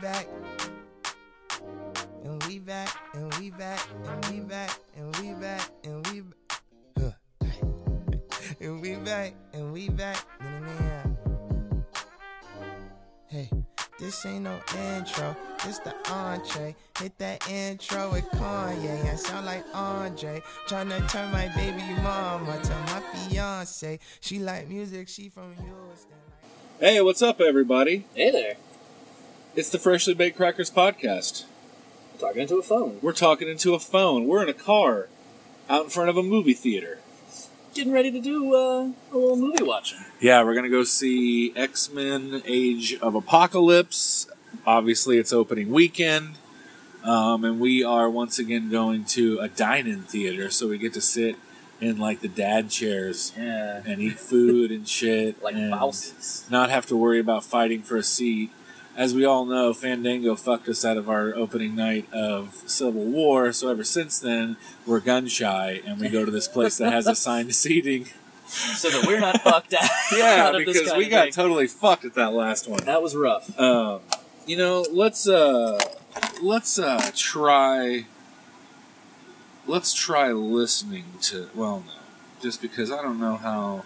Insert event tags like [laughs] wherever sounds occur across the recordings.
back. And we back, and we back, and we back, and we back, and we back. [laughs] and we back, and we back. Na-na-na. Hey, this ain't no intro, this the entree. Hit that intro with Kanye. I sound like Andre. Tryna turn my baby mama to my fiance. She like music, she from Houston. Hey, what's up, everybody? Hey there. It's the Freshly Baked Crackers podcast. Talking into a phone. We're talking into a phone. We're in a car out in front of a movie theater. Getting ready to do uh, a little movie watching. Yeah, we're going to go see X Men Age of Apocalypse. Obviously, it's opening weekend. Um, and we are once again going to a dine in theater, so we get to sit in like the dad chairs Yeah. and eat food and shit. Like and blouses. Not have to worry about fighting for a seat. As we all know, Fandango fucked us out of our opening night of Civil War, so ever since then, we're gun shy and we go to this place that has [laughs] assigned seating. So that we're not [laughs] fucked out. Yeah, out of this because kind we of got thing. totally fucked at that last one. that was rough. Um, you know, let's uh, let's uh, try. Let's try listening to. Well, no, just because I don't know how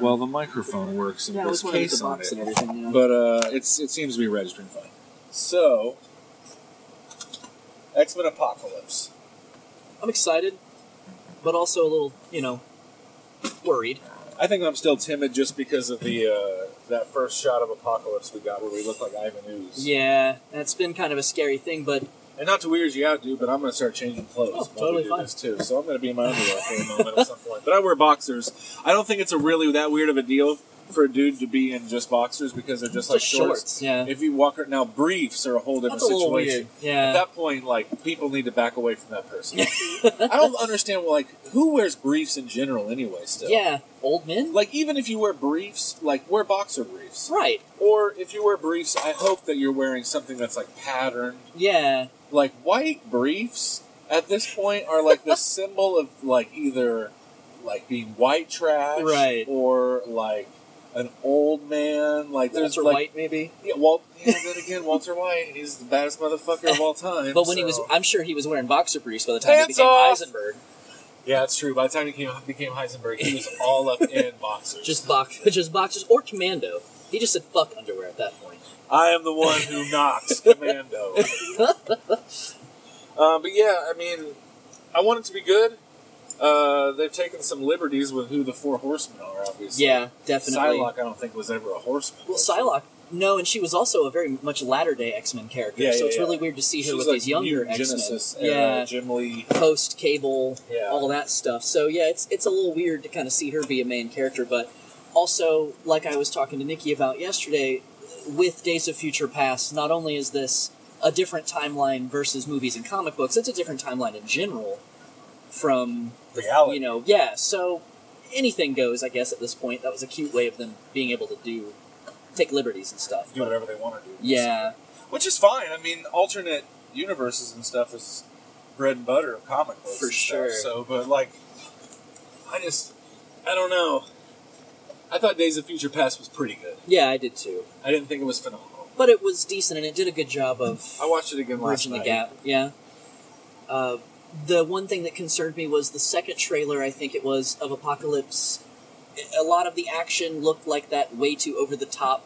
well the microphone works and yeah, this this one case the on box it. and everything. yeah. But uh, it's it seems to be registering fine. So, X Men Apocalypse. I'm excited, but also a little, you know, worried. I think I'm still timid just because of the uh, that first shot of Apocalypse we got where we look like Ivan Ooze. Yeah, that's been kind of a scary thing, but And not to weird you out, dude, but I'm gonna start changing clothes. Oh, while we totally do fine. This too, so I'm gonna be in my underwear for a moment at some point. But I wear boxers. I don't think it's a really that weird of a deal for a dude to be in just boxers because they're just like Just shorts, yeah. If you walk now, briefs are a whole different that's a little situation. weird. Yeah. [laughs] At that point, like people need to back away from that person. I don't understand. Like, who wears briefs in general anyway? Still, [laughs] yeah. Old men? Like, even if you wear briefs, like wear boxer briefs, Right. or if you wear briefs, I hope that you're wearing something that's like patterned Yeah. like white briefs at this point are like [laughs] the symbol of like either like being white trash Right. or like an old man like there's Walter like White, maybe. yeah Walt yeah, then again Walter White he's the baddest motherfucker of all time [laughs] But when he so- was, I'm sure he was wearing boxer briefs by the time Pants he became off! Heisenberg. yeah it's true by the time he came, became Heisenberg he was all [laughs] up in boxers Just box, [laughs] just boxers or commando. He just said fuck underwear at that point. I am the one [laughs] who knocks commando Uh, but yeah, I mean, I want it to be good. Uh, they've taken some liberties with who the four horsemen are, obviously. Yeah, definitely. Psylocke, I don't think was ever a horseman. Well, Psylocke, no, and she was also a very much latter day X Men character, Yeah, so yeah, it's really yeah. weird to see her She's with like these younger new X Genesis Men. era, Yeah, Jim Lee. post cable, Yeah. all that stuff. So yeah, it's it's a little weird to kind of see her be a main character, but also like I was talking to Nikki about yesterday, with Days of Future Past, not only is this a different timeline versus movies and comic books, it's a different timeline in general from Reality. you know, yeah. So anything goes, I guess, at this point. That was a cute way of them being able to do take liberties and stuff. do whatever they want to do. Yeah, Which is fine. I mean, alternate universes and stuff is bread and butter of comic books. For and stuff, sure. so, but like, I just, I don't know. I thought Days of Future Past was pretty good. yeah, I did too. I didn't think it was phenomenal. But it was decent, and it did a good job of I watched it again last bridging the night. gap. Yeah. Uh, the one thing that concerned me was the second trailer. I think it was of Apocalypse. A lot of the action looked like that way too over the top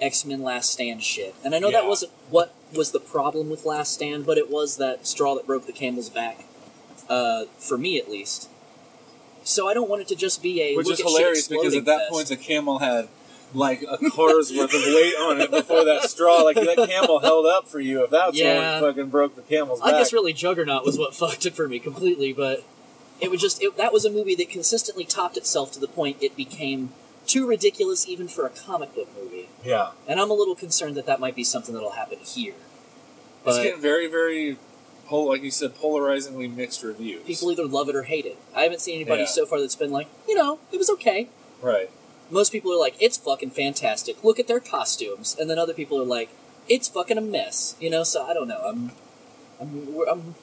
X Men Last Stand shit, and I know that Yeah. wasn't what was the problem with Last Stand, but it was that straw that broke the camel's back. Uh, for me, at least. So I don't want it to just be a which look is at shit hilarious because exploding at that fest. point the camel had like a car's worth of weight on it before that straw. Like that camel held up for you. If that's Yeah. yeah. what fucking broke the camel's I back. guess really Juggernaut was what [laughs] fucked it for me completely, but it would just it, that was a movie that consistently topped itself to the point it became too ridiculous even for a comic book movie. yeah, And I'm a little concerned that that might be something that'll happen here. it's But- getting very, very, pol- like you said, polarizingly mixed reviews. People either love it or hate it. I haven't seen anybody Yeah. so far that's been like, you know, it was okay. right? Most people are like, it's fucking fantastic. Look at their costumes, and then other people are like, it's fucking a mess. You know, so I don't know. I'm, I'm, we're- I'm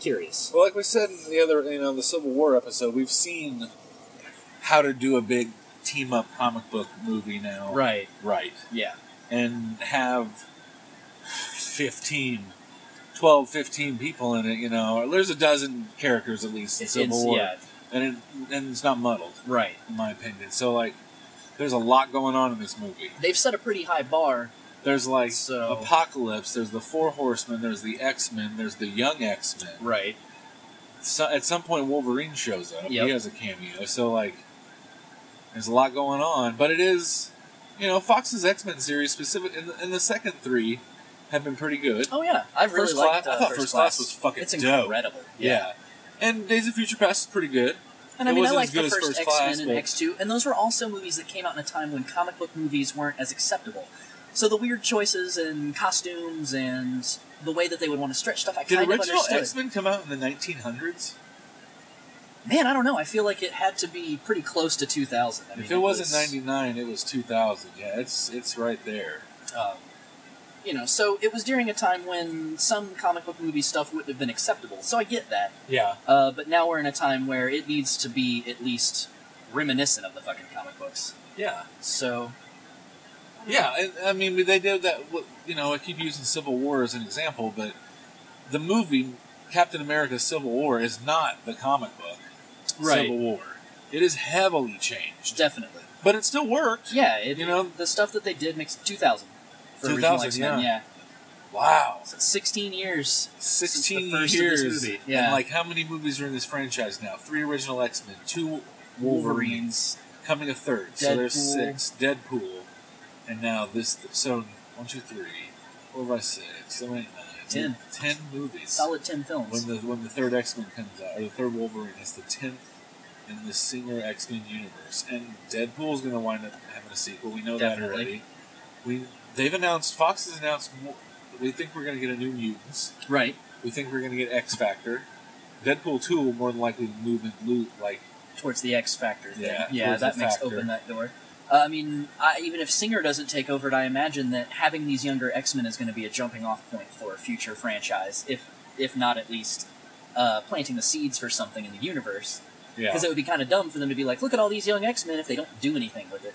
curious. Well, like we said in the other, you know, the Civil War episode, we've seen how to do a big team up comic book movie now, Right. Right, Yeah. and have 15, 12, 15 people in it, you know. Or there's a dozen characters at least in Civil It's- War. yeah, And, it, and it's not muddled, right. in my opinion. So, like, there's a lot going on in this movie. They've set a pretty high bar. There's like So- Apocalypse, there's the Four Horsemen, there's the X Men, there's the Young X Men. Right. so, at some point Wolverine shows up. Yep. He has a cameo. So like there's a lot going on, but it is you know Fox's X Men series specific in the, in the second three have been pretty good. Oh yeah, I really First liked. Class- uh, I thought First Class was fucking It's dope. incredible. yeah. and Days of Future Past is pretty good. And I It mean, I wasn't like as good the as first, First X Class, Men and but- X Two, and those were also movies that came out in a time when comic book movies weren't as acceptable. So the weird choices and costumes and the way that they would want to stretch stuff, I Did kind of original understood. X Men come out in the 1900s? Man, I don't know. I feel like it had to be pretty close to 2000. I mean, if it wasn't was, 99, it was 2000. Yeah, it's it's right there. um, you know, so it was during a time when some comic book movie stuff wouldn't have been acceptable. So I get that. Yeah, Uh, but now we're in a time where it needs to be at least reminiscent of the fucking comic books. yeah. So Yeah, and, I mean they did that. with- You know, I keep using Civil War as an example, but the movie Captain America: Civil War is not the comic book Right. Civil War. It is heavily changed, definitely, but it still worked. yeah. It, You know- the stuff that they did makes 2000. For original 2000, X-Men, yeah. yeah. Wow, So 16 years. sixteen first of this years. movie, and, yeah. like how many movies are in this franchise now? Three original X Men, two Wolverines, Wolverines. coming a third. So there's Deadpool. six. Deadpool, and now this. So one, two, three, four, five, six, seven, eight, nine, Ten. ten movies. Solid 10 films. When the when the third X Men comes out, or the third Wolverine, it's the tenth in the singular X Men universe, and Deadpool's going to wind up having a sequel. We know that Definitely. already. We they've announced Fox has announced. More, we think we're going to get a new Mutants. right. We think we're going to get X Factor. Deadpool two will more than likely move and loot like towards the X Factor thing. Yeah, Yeah, towards that the makes Factor. open that door. Uh, I mean, I, even if Singer doesn't take over it, I imagine that having these younger X Men is going to be a jumping off point for a future franchise, if if not at least uh, planting the seeds for something in the universe. yeah. Because it would be kind of dumb for them to be like, look at all these young X Men if they don't do anything with it.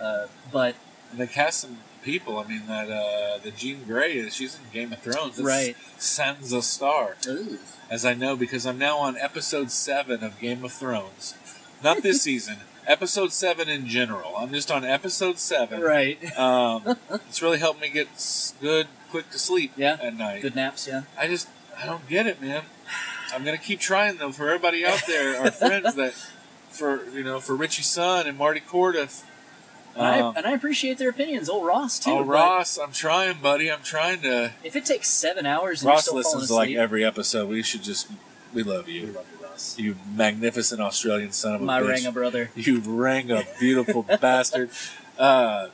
Uh, but And they cast some people. I mean that uh, the Jean Grey, she's in Game of Thrones. That's Right. Sansa Stark. ooh, as I know because I'm now on episode seven of Game of Thrones. Not this season, [laughs] episode seven in general. I'm just on episode seven. right, Um, it's really helped me get s- good, quick to sleep Yeah. at night. good naps, yeah. I just, I don't get it, man. I'm gonna keep trying though for everybody out there, our friends that, for you know, for Richie Sun and Marty Cordiff. And, Um, I, and I appreciate their opinions. Old Ross too. oh, but Ross, I'm trying, buddy. I'm trying to. If it takes seven hours, and Ross you're still listens to falling like asleep, every episode. We should just, we love We you, love you, Ross. you magnificent Australian son of a My bitch. Ranga brother. You rang a [laughs] beautiful bastard. Uh,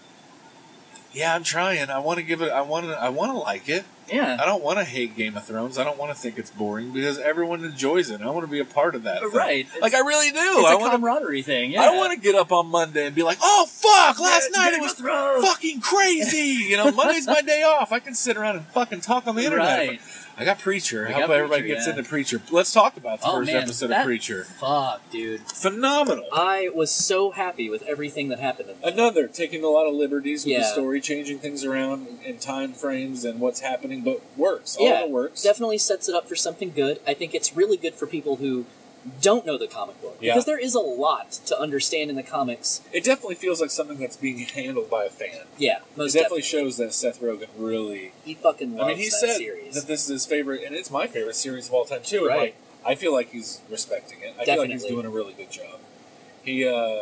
yeah, I'm trying. I want to give it. I want to. I want to like it. Yeah. I don't want to hate Game of Thrones. I don't want to think it's boring because everyone enjoys it. I want to be a part of that. thing. Right. It's- Like I really do. It's I a want. camaraderie thing. to. Yeah. I want to get up on Monday and be like, "Oh fuck! Last Yeah, night Game it was of Thrones. fucking crazy." You know, Monday's my day off. I can sit around and fucking talk on the internet. Right. I got Preacher. We How got about everybody Preacher, gets yeah. into Preacher? Let's talk about the Oh, first man, episode that- of Preacher. Fuck, dude. Phenomenal. I was so happy with everything that happened in that. another taking a lot of liberties with the Yeah. story changing things around and- and time frames and what's happening but works all Yeah, of it works Definitely sets it up for something good. I think it's really good for people who don't know the comic book Yeah. because there is a lot to understand in the comics. it definitely feels like something that's being handled by a fan Yeah, it most definitely definitely. shows that Seth Rogen really He fucking loves I mean he that said series. that this is his favorite and it's my favorite series of all time too and, Right. like, I feel like he's respecting it I feel like he's Definitely. doing a really good job he uh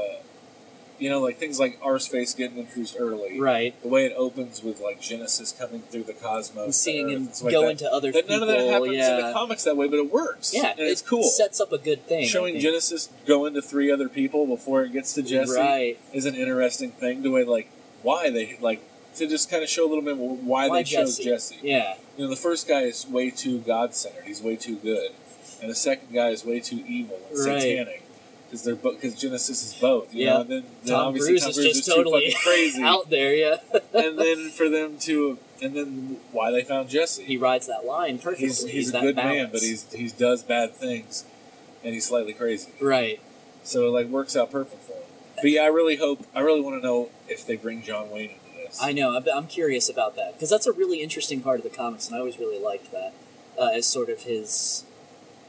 you know like things like our space getting introduced early right. the way it opens with like Genesis coming through the cosmos And seeing to Earth him and stuff Oh, uh, like go that. into other That people. none of that happens yeah. in the comics that way, but it works. yeah, and it's it cool. Sets up a good thing. I Showing think. Genesis go into three other people before it gets to Jesse Right. is an interesting thing. The way like why they like to just kind of show a little bit why, Why they chose Jesse? Jesse. Yeah. You know, the first guy is way too God centered. He's way too good, and the second guy is way too evil and Right. satanic. Because they're because Genesis is both. You Yeah. know, and then, then Tom obviously Cruise Tom is Cruise just is too totally fucking [laughs] crazy. Out there, yeah. and then for them to and then why they found Jesse [laughs] He rides that line perfectly. he's, he's a that good man, balance. but he's he does bad things, and he's slightly crazy. right. So it like works out perfect for him. But yeah, I really hope I really want to know if they bring John Wayne into guess. I know. I'm, I'm curious about that because that's a really interesting part of the comics, and I always really liked that uh, as sort of his,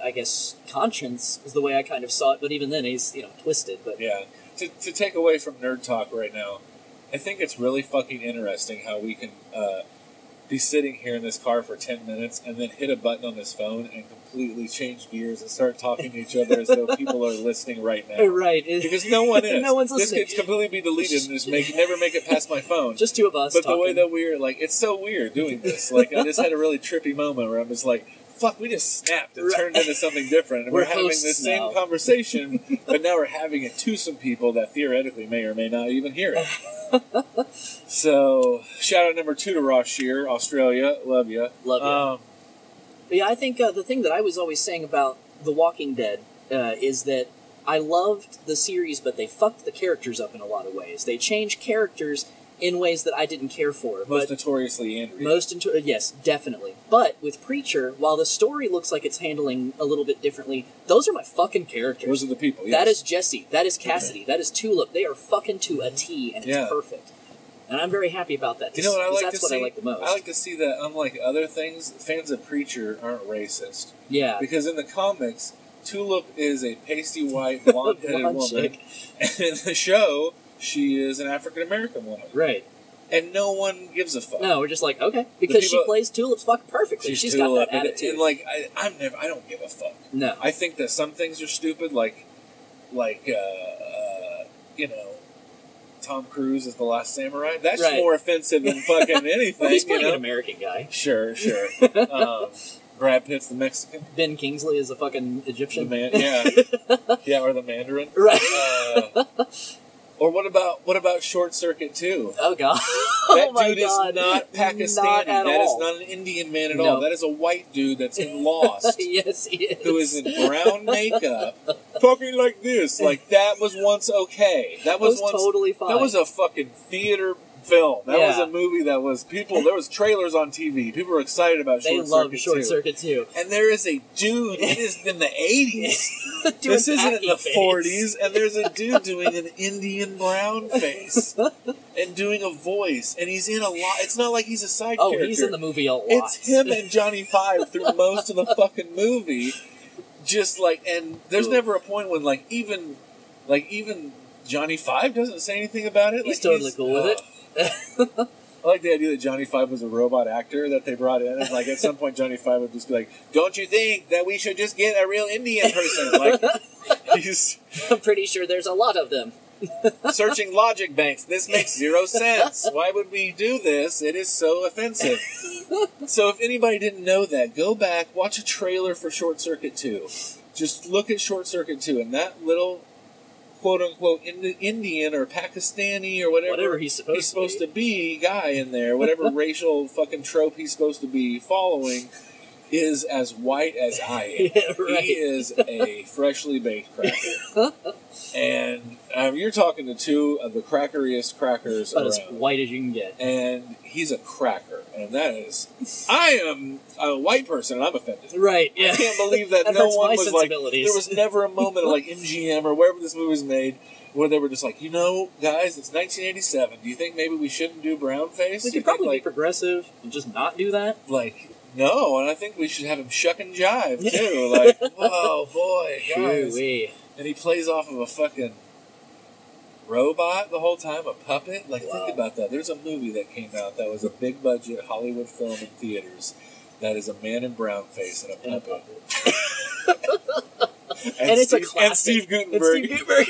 I guess, conscience is the way I kind of saw it. But even then, he's you know twisted. But Yeah. To, to take away from nerd talk right now, I think it's really fucking interesting how we can uh, be sitting here in this car for 10 minutes and then hit a button on this phone and completely change gears and start talking to each other as though people are listening right now. [laughs] right, it- Because no one is. [laughs] no one's this listening. could completely be deleted and just make, never make it past my phone. [laughs] Just two of us. But the talking. way that we're like, it's so weird doing this. Like, I just had a really trippy moment where I'm just like, fuck, we just snapped and Right. turned into something different. And We're we're, having the hosts same now. conversation, but now we're having it to some people that theoretically may or may not even hear it. [laughs] so, shout out number two to Ross Shear, Australia. Love Um, you. Love ya. Yeah, I think uh, the thing that I was always saying about The Walking Dead uh, is that I loved the series, but they fucked the characters up in a lot of ways. They changed characters in ways that I didn't care for. most but notoriously Andrew. most into uh, yes, definitely. But with Preacher, while the story looks like it's handling a little bit differently, those are my fucking characters. Those are the people. That yes. is Jesse. That is Cassidy. That is Tulip. They are fucking to a T, and it's Yeah. perfect. And I'm very happy about that. You know what I 'cause like that's to what see? I like the most. I like to see that, unlike other things, fans of Preacher aren't racist. yeah. Because in the comics, Tulip is a pasty [laughs] white blonde headed Blonde woman. chick. And in the show, she is an African American woman. Right. And no one gives a fuck. No, we're just like okay because she people- plays tulips fucking perfectly. she's got Tulip, that and- attitude. And, like I, I'm never I don't give a fuck. no, I think that some things are stupid, like like uh, uh, you know, Tom Cruise is the last samurai. That's Right. more offensive than fucking anything. [laughs] well, he's you playing an know? American guy. Sure, sure. [laughs] um, Brad Pitt's the Mexican. Ben Kingsley is a fucking The Egyptian. man, yeah, yeah, or the Mandarin. right. Uh, or what about what about Short Circuit [laughs] Two? [laughs] Oh god. That oh my dude god. is not Pakistani. Not at That is all. not an Indian man at No. all. That is a white dude that's [laughs] in Lost, yes, he is. who is in brown makeup, talking like this. Like that was once okay. That That was, was once totally fine. that was a fucking theater film. That was Yeah. a movie that was people. There was trailers on TV. People were excited about they Short love Circuit Short 2. [laughs] Circuit too. And there is a dude. It is in the eighties. Doing this isn't in Aki the face. 40s, and there's a [laughs] dude doing an Indian brown face and doing a voice, and he's in a lot. It's not like he's a side Oh, character. he's in the movie a lot. It's him and Johnny Five through most of the fucking movie. Just like, and there's never a point when like even, like even Johnny Five doesn't say anything about it. [laughs] He's Like, uh, totally cool with [laughs] it. I like the idea that Johnny Five was a robot actor that they brought in, and like at some point Johnny Five would just be like, "Don't you think that we should just get a real Indian person?" [laughs] Like he's I'm pretty sure there's a lot of them. searching logic banks. This makes zero sense. [laughs] Why would we do this? It is so offensive. so if anybody didn't know that, go back, watch a trailer for Short Circuit 2. Just look at Short Circuit 2 and that little quote unquote Ind- Indian or Pakistani or whatever, Whatever he's supposed he's to supposed be. to be guy in there, [laughs] whatever racial fucking trope he's supposed to be following is as white as I am. [laughs] Yeah, right. He is a freshly baked cracker. [laughs] and um, you're talking to two of the crackeriest crackers About around. as white as you can get. And he's a cracker, and that is. I am a white person, and I'm offended. Right. I [laughs] Yeah. can't believe that That no hurts one my was like. There sensibilities. was never a moment of like [laughs] MGM or wherever this movie was made where they were just like, you know, guys, it's 1987. Do you think maybe we shouldn't do brown face? We You could think, probably be like, progressive and just not do that. like no, and I think we should have him shuck and jive [laughs] too. like, whoa, boy, guys, Ooh-wee. and he plays off of a fucking robot the whole time, a puppet. Like, Wow. think about that. There's a movie that came out that was a big budget Hollywood film in theaters. That is a man in brown face and a And a puppet. And it's a Steve, classic. And Steve It's Gutenberg. Steve Gutenberg.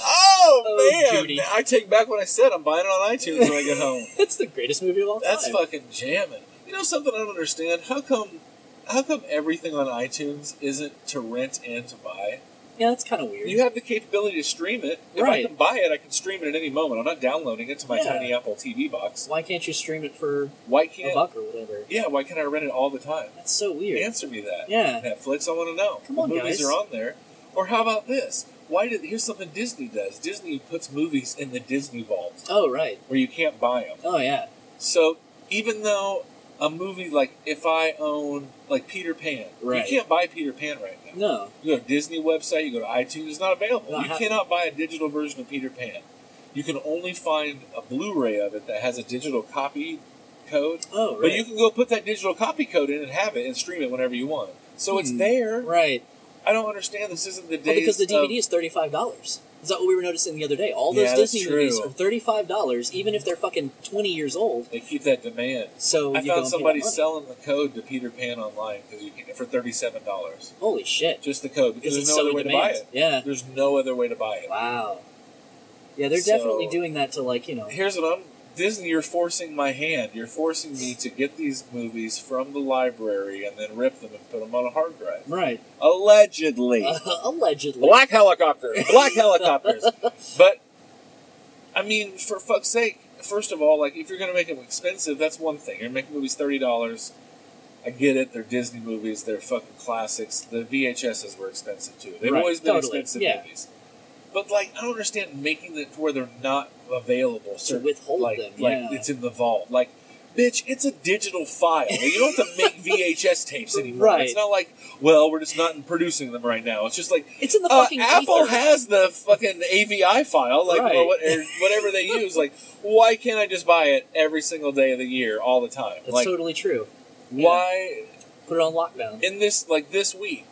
oh, Oh, man! Judy. I take back what I said. I'm buying it on iTunes when I get home. [laughs] [laughs] it's the greatest movie of all time. That's fucking jamming. You know something I don't understand? How come how come everything on iTunes isn't to rent and to buy? Yeah, that's kind of weird. You have the capability to stream it. If Right. I can buy it, I can stream it at any moment. I'm not downloading it to my Yeah. tiny Apple TV box. Why can't you stream it for Why a can't buck or whatever? Yeah, why can't I rent it all the time? That's so weird. Answer me that. Yeah. Netflix, I want to know. Come The on, movies guys. are on there. Or how about this? Why did here's something Disney does. Disney puts movies in the Disney vault Oh right. where you can't buy them. Oh yeah. So even though a movie like if I own like Peter Pan, Right. you can't buy Peter Pan right now. No. You go to Disney website, you go to iTunes, it's not available. Not you hap- cannot buy a digital version of Peter Pan. You can only find a Blu-ray of it that has a digital copy code. Oh, right. But you can go put that digital copy code in and have it and stream it whenever you want. So it's there. Hmm. right. I don't understand. This isn't the days Well, because the of- DVD is thirty five dollars. Is that what we were noticing the other day? All those Yeah, that's Disney movies true. are thirty five dollars, even if they're fucking twenty years old. They keep that demand. So I you go found and somebody pay that money. selling the code to Peter Pan online 'cause you can, for thirty-seven dollars. Holy shit! Just the code because Because there's it's no so other in way demand. to buy it. Yeah. There's no other way to buy it. Wow. Yeah, they're So- definitely doing that to like you know. Here's what I'm Disney. You're forcing my hand. You're forcing me to get these movies from the library and then rip them and put them on a hard drive. Right. Allegedly, Uh. [laughs] allegedly. black helicopters, black helicopters. But I mean, for fuck's sake. First of all, like if you're going to make them expensive, that's one thing. You're making movies thirty dollars. I get it. They're Disney movies. They're fucking classics. The VHSs were expensive too. They've Right, always been totally, expensive yeah. movies. But like, I don't understand making it to where they're not available. certain- withhold like, them, Like yeah. it's in the vault. Like, bitch, it's a digital file. You don't have to [laughs] make VHS tapes anymore. Right. It's not like, well, we're just not producing them right now. It's just like It's in the uh, fucking Apple ether. has the fucking AVI file, like Right. or what, [laughs] or whatever they use. Like, why can't I just buy it every single day of the year, all the time? That's like, totally true. why Put it on lockdown. in this like this week,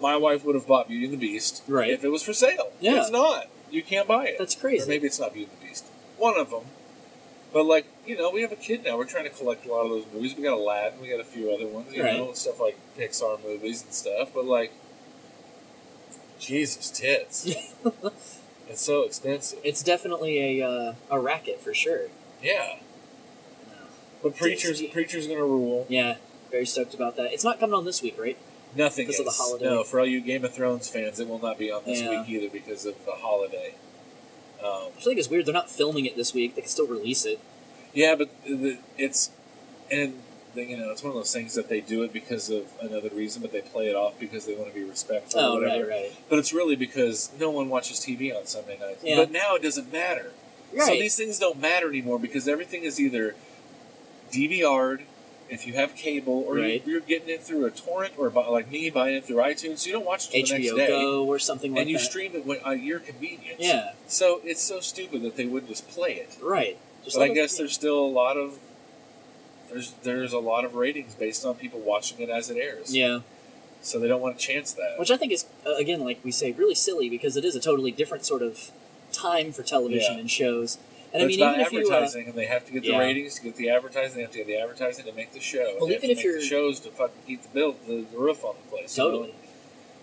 my wife would have bought Beauty and the Beast Right. if it was for sale. Yeah. It's not. You can't buy it. That's Or crazy. maybe it's not Beauty and the Beast. One of them. But like you know, we have a kid now. We're trying to collect a lot of those movies. We got Aladdin. We got a few other ones. You Right. know, stuff like Pixar movies and stuff. But like, Jesus [laughs] tits. it's so expensive. It's definitely a uh, a racket for sure. Yeah. But preachers, Disney. preachers gonna rule. Yeah, very stoked about that. It's not coming on this week, right? Nothing Because of the is. holiday. No, for all you Game of Thrones fans, it will not be on this Yeah. week either because of the holiday. Um, Which I think is weird. They're not filming it this week. They can still release it. yeah, but the, it's and the, you know it's one of those things that they do it because of another reason, but they play it off because they want to be respectful. or Oh, whatever. right, right. But it's really because no one watches TV on Sunday nights. Yeah. But now it doesn't matter. So Right. these things don't matter anymore because everything is either DVR'd if you have cable, or Right. you, you're getting it through a torrent, or bu- like me buying it through iTunes. So you don't watch it till the next HBO day, Go or something like and you that. stream it when, at your convenience. yeah, So it's so stupid that they would just play it. right. Just but I like- guess there's still a lot of there's there's a lot of ratings based on people watching it as it airs. yeah, So they don't want to chance that. which I think is uh, again, like we say, really silly because it is a totally different sort of time for television Yeah. and shows. But And I it's mean, not even if you uh, advertising, and they have to get the yeah. ratings to get the advertising. They have to get the advertising to make the show. and Well, they have even to if make you're- the shows to fucking keep the bill, the, the roof on the place. you know? totally.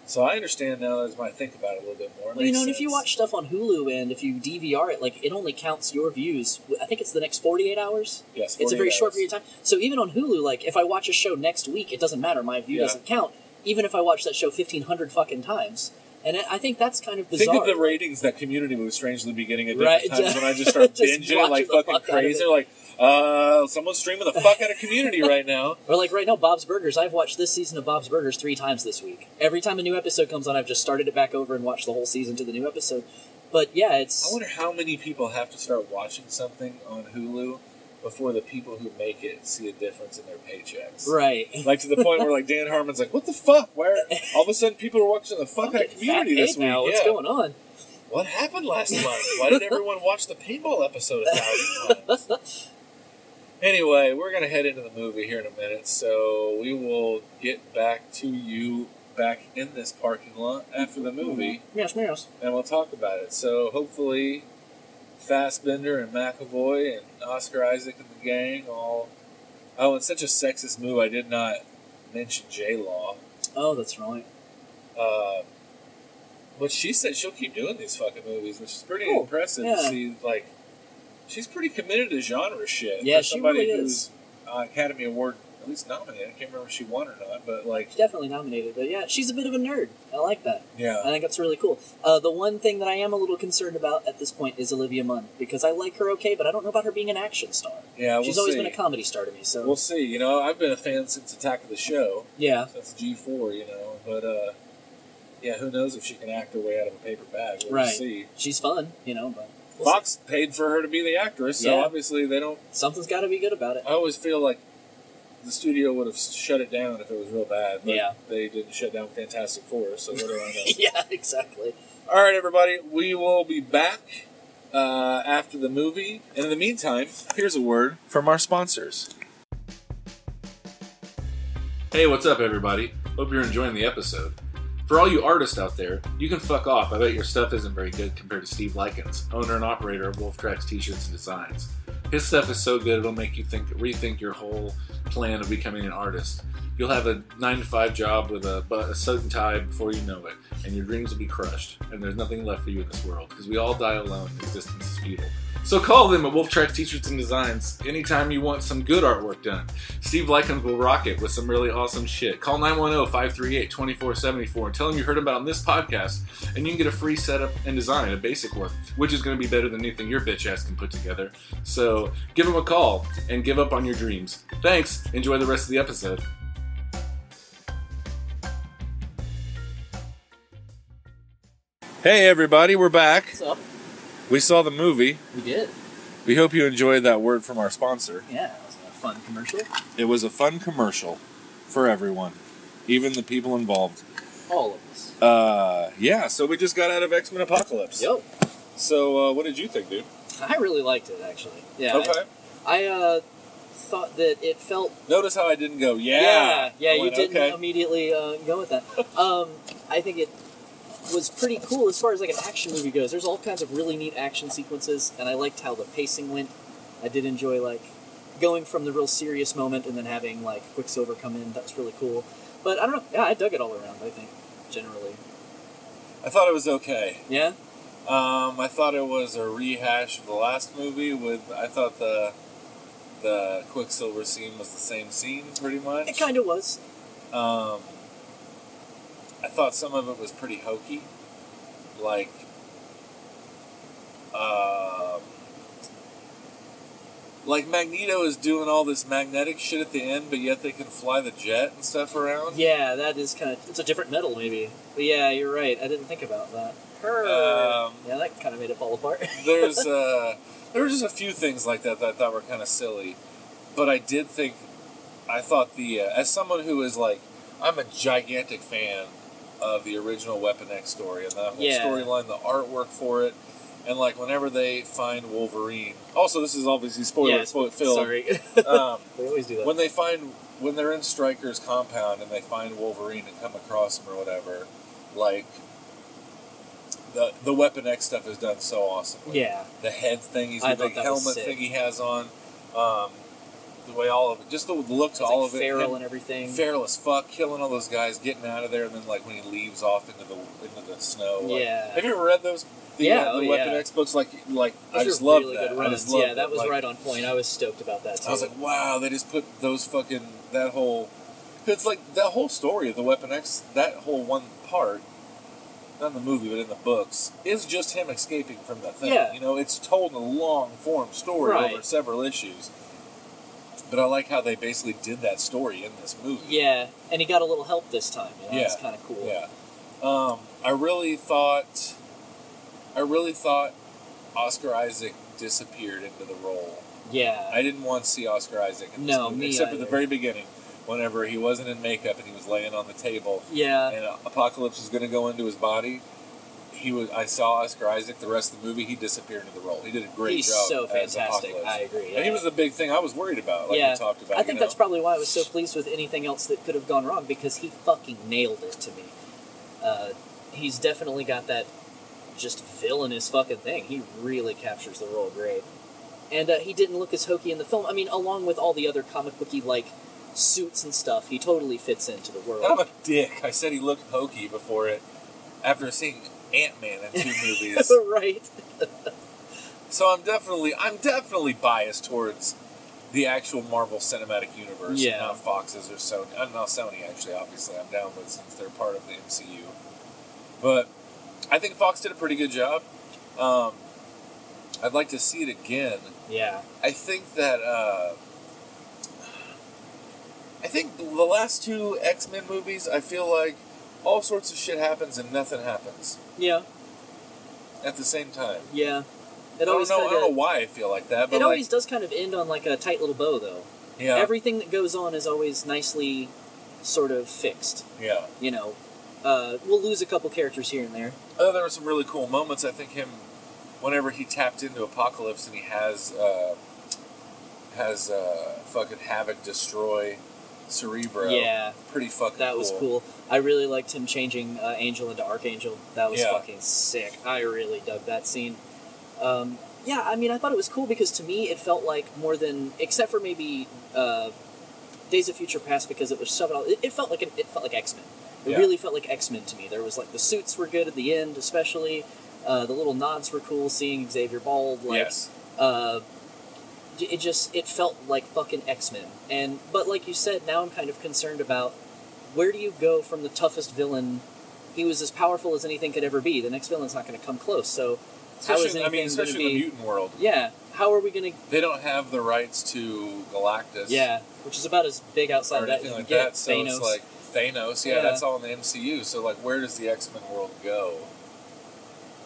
So I understand now. That's why I think about it a little bit more. It Well, you makes know, and if you sense. watch stuff on Hulu and if you DVR it, like it only counts your views. I think it's the next forty-eight hours. yes, It's a 48 very short hours. period of time. So even on Hulu, like if I watch a show next week, it doesn't matter. My view Yeah. doesn't count. Even if I watch that show fifteen hundred fucking times, and I I think that's kind of bizarre. Think of the ratings that Community would strangely be getting at Right, different times when I [laughs] just start just binging it like watching the fucking fuck out of crazy. it. They're like, uh, someone's streaming the fuck out of Community right [laughs] now. or like right now, Bob's Burgers. I've watched this season of Bob's Burgers three times this week. Every time a new episode comes on, I've just started it back over and watched the whole season to the new episode. But yeah, I it's wonder how many people have to start watching something on Hulu before the people who make it see a difference in their paychecks. right. Like to the point where like Dan Harmon's like, what the fuck? Where all of a sudden people are watching the fuck I'm out of getting fat community this paid week. now. What's yeah. going on? What happened last month? Why did everyone watch the paintball episode a thousand times? Anyway, we're gonna head into the movie here in a minute, so we will get back to you back in this parking lot after the movie Meows, meows. and we'll talk about it. So hopefully, Fassbender and McAvoy and Oscar Isaac and the gang all. Oh, and such a sexist move! I did not mention J Law, Oh, that's right. uh, but she said she'll keep doing these fucking movies, which is pretty Cool. impressive. Yeah. To see, like, she's pretty committed to genre shit. Yeah, for she somebody really who's is. uh, Academy Award at least nominated. I can't remember if she won or not, but like, She's definitely nominated, but yeah, she's a bit of a nerd. I like that. I yeah, think that's really cool. Uh, the one thing that I am a little concerned about at this point is Olivia Munn because I like her okay, but I don't know about her being an action star. yeah. Uh, We'll She's always see. been a comedy star to me. So We'll see. You know, I've been a fan since Attack of the Show. yeah, That's G four, you know. But uh, yeah, who knows if she can act her way out of a paper bag? We'll Right. see. she's fun, you know. But we'll see. Fox paid for her to be the actress, so Yeah. obviously they don't. something's got to be good about it. [laughs] I always feel like the studio would have shut it down if it was real bad. But Yeah. they didn't shut down [laughs] Fantastic Four, so what do I know? yeah, exactly. All right, everybody, we will be back uh, after the movie. And in the meantime, here's a word from our sponsors. Hey, what's up, everybody? Hope you're enjoying the episode. For all you artists out there, you can fuck off. I bet your stuff isn't very good compared to Steve Likens, owner and operator of Wolf Tracks T-shirts and Designs. His stuff is so good it'll make you think, rethink your whole plan of becoming an artist. You'll have a nine to five job with a, bu- a suit and tie before you know it, and your dreams will be crushed, and there's nothing left for you in this world because we all die alone. and Existence is futile. So call them at Wolf Tracks T-shirts and Designs anytime you want some good artwork done. Steve Likens will rock it with some really awesome shit. Call 910-538-2474 and tell him you heard about it on this podcast, and you can get a free setup and design, a basic one, which is going to be better than anything your bitch ass can put together. So give him a call and give up on your dreams. Thanks. Enjoy the rest of the episode. Hey, everybody, we're back. What's up? We saw the movie. We did. We hope you enjoyed that word from our sponsor. Yeah, that was a fun commercial. It was a fun commercial for everyone, even the people involved. All of us. Uh, yeah, So we just got out of X Men Apocalypse. Yo, So uh, what did you think, dude? I really liked it actually. Yeah. I- okay. I, uh, thought that it felt. Notice how I didn't go. Yeah. Yeah, yeah, I you went, didn't okay. immediately uh, go with that. Um, I think it was pretty cool as far as like an action movie goes. There's all kinds of really neat action sequences, and I liked how the pacing went. I did enjoy like going from the real serious moment and then having like Quicksilver come in. That was really cool. But I don't know. Yeah, I dug it all around. I think generally. I thought it was okay. Yeah. Um, I thought it was a rehash of the last movie. With I thought the the Quicksilver scene was the same scene pretty much. It kind of was. Um, I thought some of it was pretty hokey, like um, like Magneto is doing all this magnetic shit at the end, but yet they can fly the jet and stuff around. Yeah, that is kind of. It's a different metal, maybe. But yeah, you're right. I didn't think about that. Her. Um, yeah, that kind of made it fall apart. there's uh, there were just a few things like that that I thought were kind of silly, but I did think I thought the uh, as someone who is like I'm a gigantic fan of the original Weapon X story and that whole Yeah. storyline, the artwork for it, and like whenever they find Wolverine. Also, this is obviously spoiler Yeah, filled. [laughs] Sorry. [laughs] Um, They always do that. when they find when they're in Stryker's compound and they find Wolverine and come across him or whatever, like the the Weapon X stuff is done so awesomely yeah. the head thing. He's I the thought big that was helmet sick. thing he has on. Um, the way all of it, just the look to It's all like of it. feral him and everything. feral as fuck, killing all those guys, getting out of there, and then like when he leaves off into the into the snow. like- Yeah. have you ever read those? The, Yeah, uh, the oh, Weapon yeah. X books. Like, like Those I are just love really that. good I runs. just loved yeah, that it. was Like, right on point. I was stoked about that too. I was like, wow, they just put those fucking that whole. It's like that whole story of the Weapon X. That whole one part, not in the movie, but in the books, is just him escaping from the thing. Yeah. You know, it's told in a long form story over Right. several issues. But I like how they basically did that story in this movie. yeah, and he got a little help this time. You know? Yeah. It's kind of cool. Yeah. Um, I really thought, I really thought Oscar Isaac disappeared into the role Yeah. I didn't want to see Oscar Isaac in this No, movie, me except at the either. very beginning, whenever he wasn't in makeup and he was laying on the table, yeah. and Apocalypse was going to go into his body. He was. I saw Oscar Isaac. The rest of the movie, he disappeared into the role. He did a great He's job. so as fantastic. Apocalypse. I agree. And he yeah. was the big thing I was worried about, like Yeah. we talked about. I you think know? that's probably why I was so pleased with anything else that could have gone wrong because he fucking nailed it to me. Uh, he's definitely got that just villainous fucking thing. He really captures the role great, and uh, he didn't look as hokey in the film. I mean, along with all the other comic booky like suits and stuff, he totally fits into the world. And I'm a dick. I said he looked hokey before it, after seeing Ant Man in [laughs] two movies. right? So I'm definitely I'm definitely biased towards the actual Marvel Cinematic Universe, Yeah. and not Fox's or Sony. I'm not Sony actually. Obviously, I'm down with since they're part of the MCU. But I think Fox did a pretty good job. Um, I'd like to see it again. Yeah. I think that uh, I think the last two X Men movies. I feel like all sorts of shit happens and nothing happens Yeah. at the same time. Yeah. I It don't always know. I don't know kind of. why I feel like that, but It like, always does kind of end on like a tight little bow, though. yeah, Everything that goes on is always nicely, sort of fixed. yeah. you know, uh, we'll lose a couple characters here and there. Oh, there were some really cool moments. I think him whenever he tapped into Apocalypse and he has uh, has uh, fucking Havoc destroy Cerebro. Yeah, pretty fucking. that was cool. I really liked him changing uh, Angel into Archangel. That was Yeah. fucking sick. I really dug that scene. Um, yeah, I mean, I thought it was cool because to me, it felt like more than, except for maybe uh, Days of Future Past, because it was so. It, it felt like an, it felt like X Men. It Yeah. really felt like X Men to me. There was like the suits were good at the end, especially. Uh, the little nods were cool. Seeing Xavier Bald, like Yes. uh, it just it felt like fucking X Men. And but like you said, now I'm kind of concerned about where do you go from the toughest villain? He was as powerful as anything could ever be. The next villain's not going to come close. So how Especially, is anything I mean, going to especially in the be? mutant world, yeah, how are we going to? they don't have the rights to Galactus. Yeah, which is about as big outside or of that as anything you like get. that. So Thanos. it's like Thanos. Yeah, Yeah. that's all in the MCU. So like, where does the X Men world go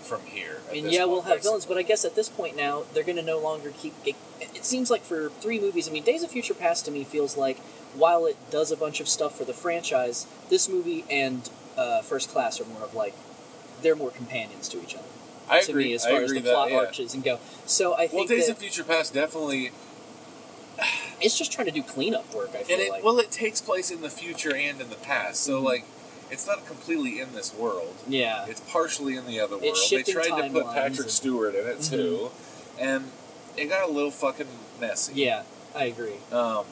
from here? at and this yeah, point, we'll have villains, basically? but I guess at this point now they're going to no longer keep. It, it seems like for three movies, I mean, Days of Future Past to me feels like while it does a bunch of stuff for the franchise, this movie and uh, First Class are more of like they're more companions to each other. I to agree. me, as I far as agree the that, plot yeah. arches and go. So I Well, think Days that of Future Past definitely, it's just trying to do cleanup work. I feel and it like well, it takes place in the future and in the past. So Mhm. like, it's not completely in this world. yeah, It's partially in the other world. It's They shifting tried to put timelines Patrick and- Mm-hmm. Stewart in it too, and it got a little fucking messy. yeah, I agree. Um,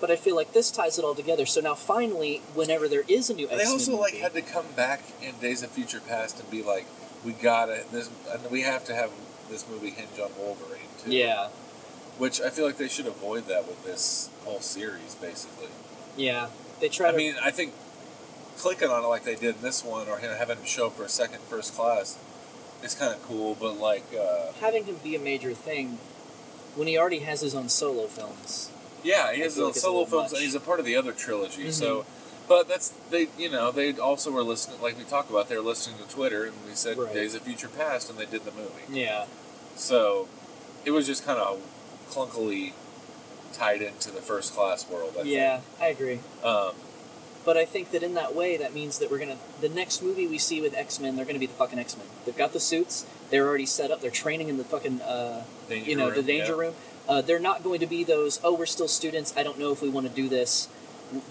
But I feel like this ties it all together. So now finally, whenever there is a new, They X-Men also like movie- had to come back in Days of Future Past and be like, we gotta this, and we have to have this movie hinge on Wolverine too. yeah, which I feel like they should avoid that with this whole series, basically. yeah. They try I to mean, I think clicking on it like they did in this one, or him having him show up for a second first class, is kind of cool. But like, uh, having him be a major thing when he already has his own solo films. yeah, he has a feel like it's a solo little films, much. and he's a part of the other trilogy, Mhm. so. But that's they, you know, they also were listening, like we talked about. They were listening to Twitter, and we said Right. Days of Future Past, and they did the movie. Yeah. So it was just kind of clunkily tied into the first class world. I yeah, I agree. Think. Um, But I think that in that way, that means that we're gonna the next movie we see with X Men, they're gonna be the fucking X Men. They've got the suits. They're already set up. They're training in the fucking uh, danger you know the Room, danger yeah. room. Uh, they're not going to be those. Oh, we're still students. I don't know if we want to do this.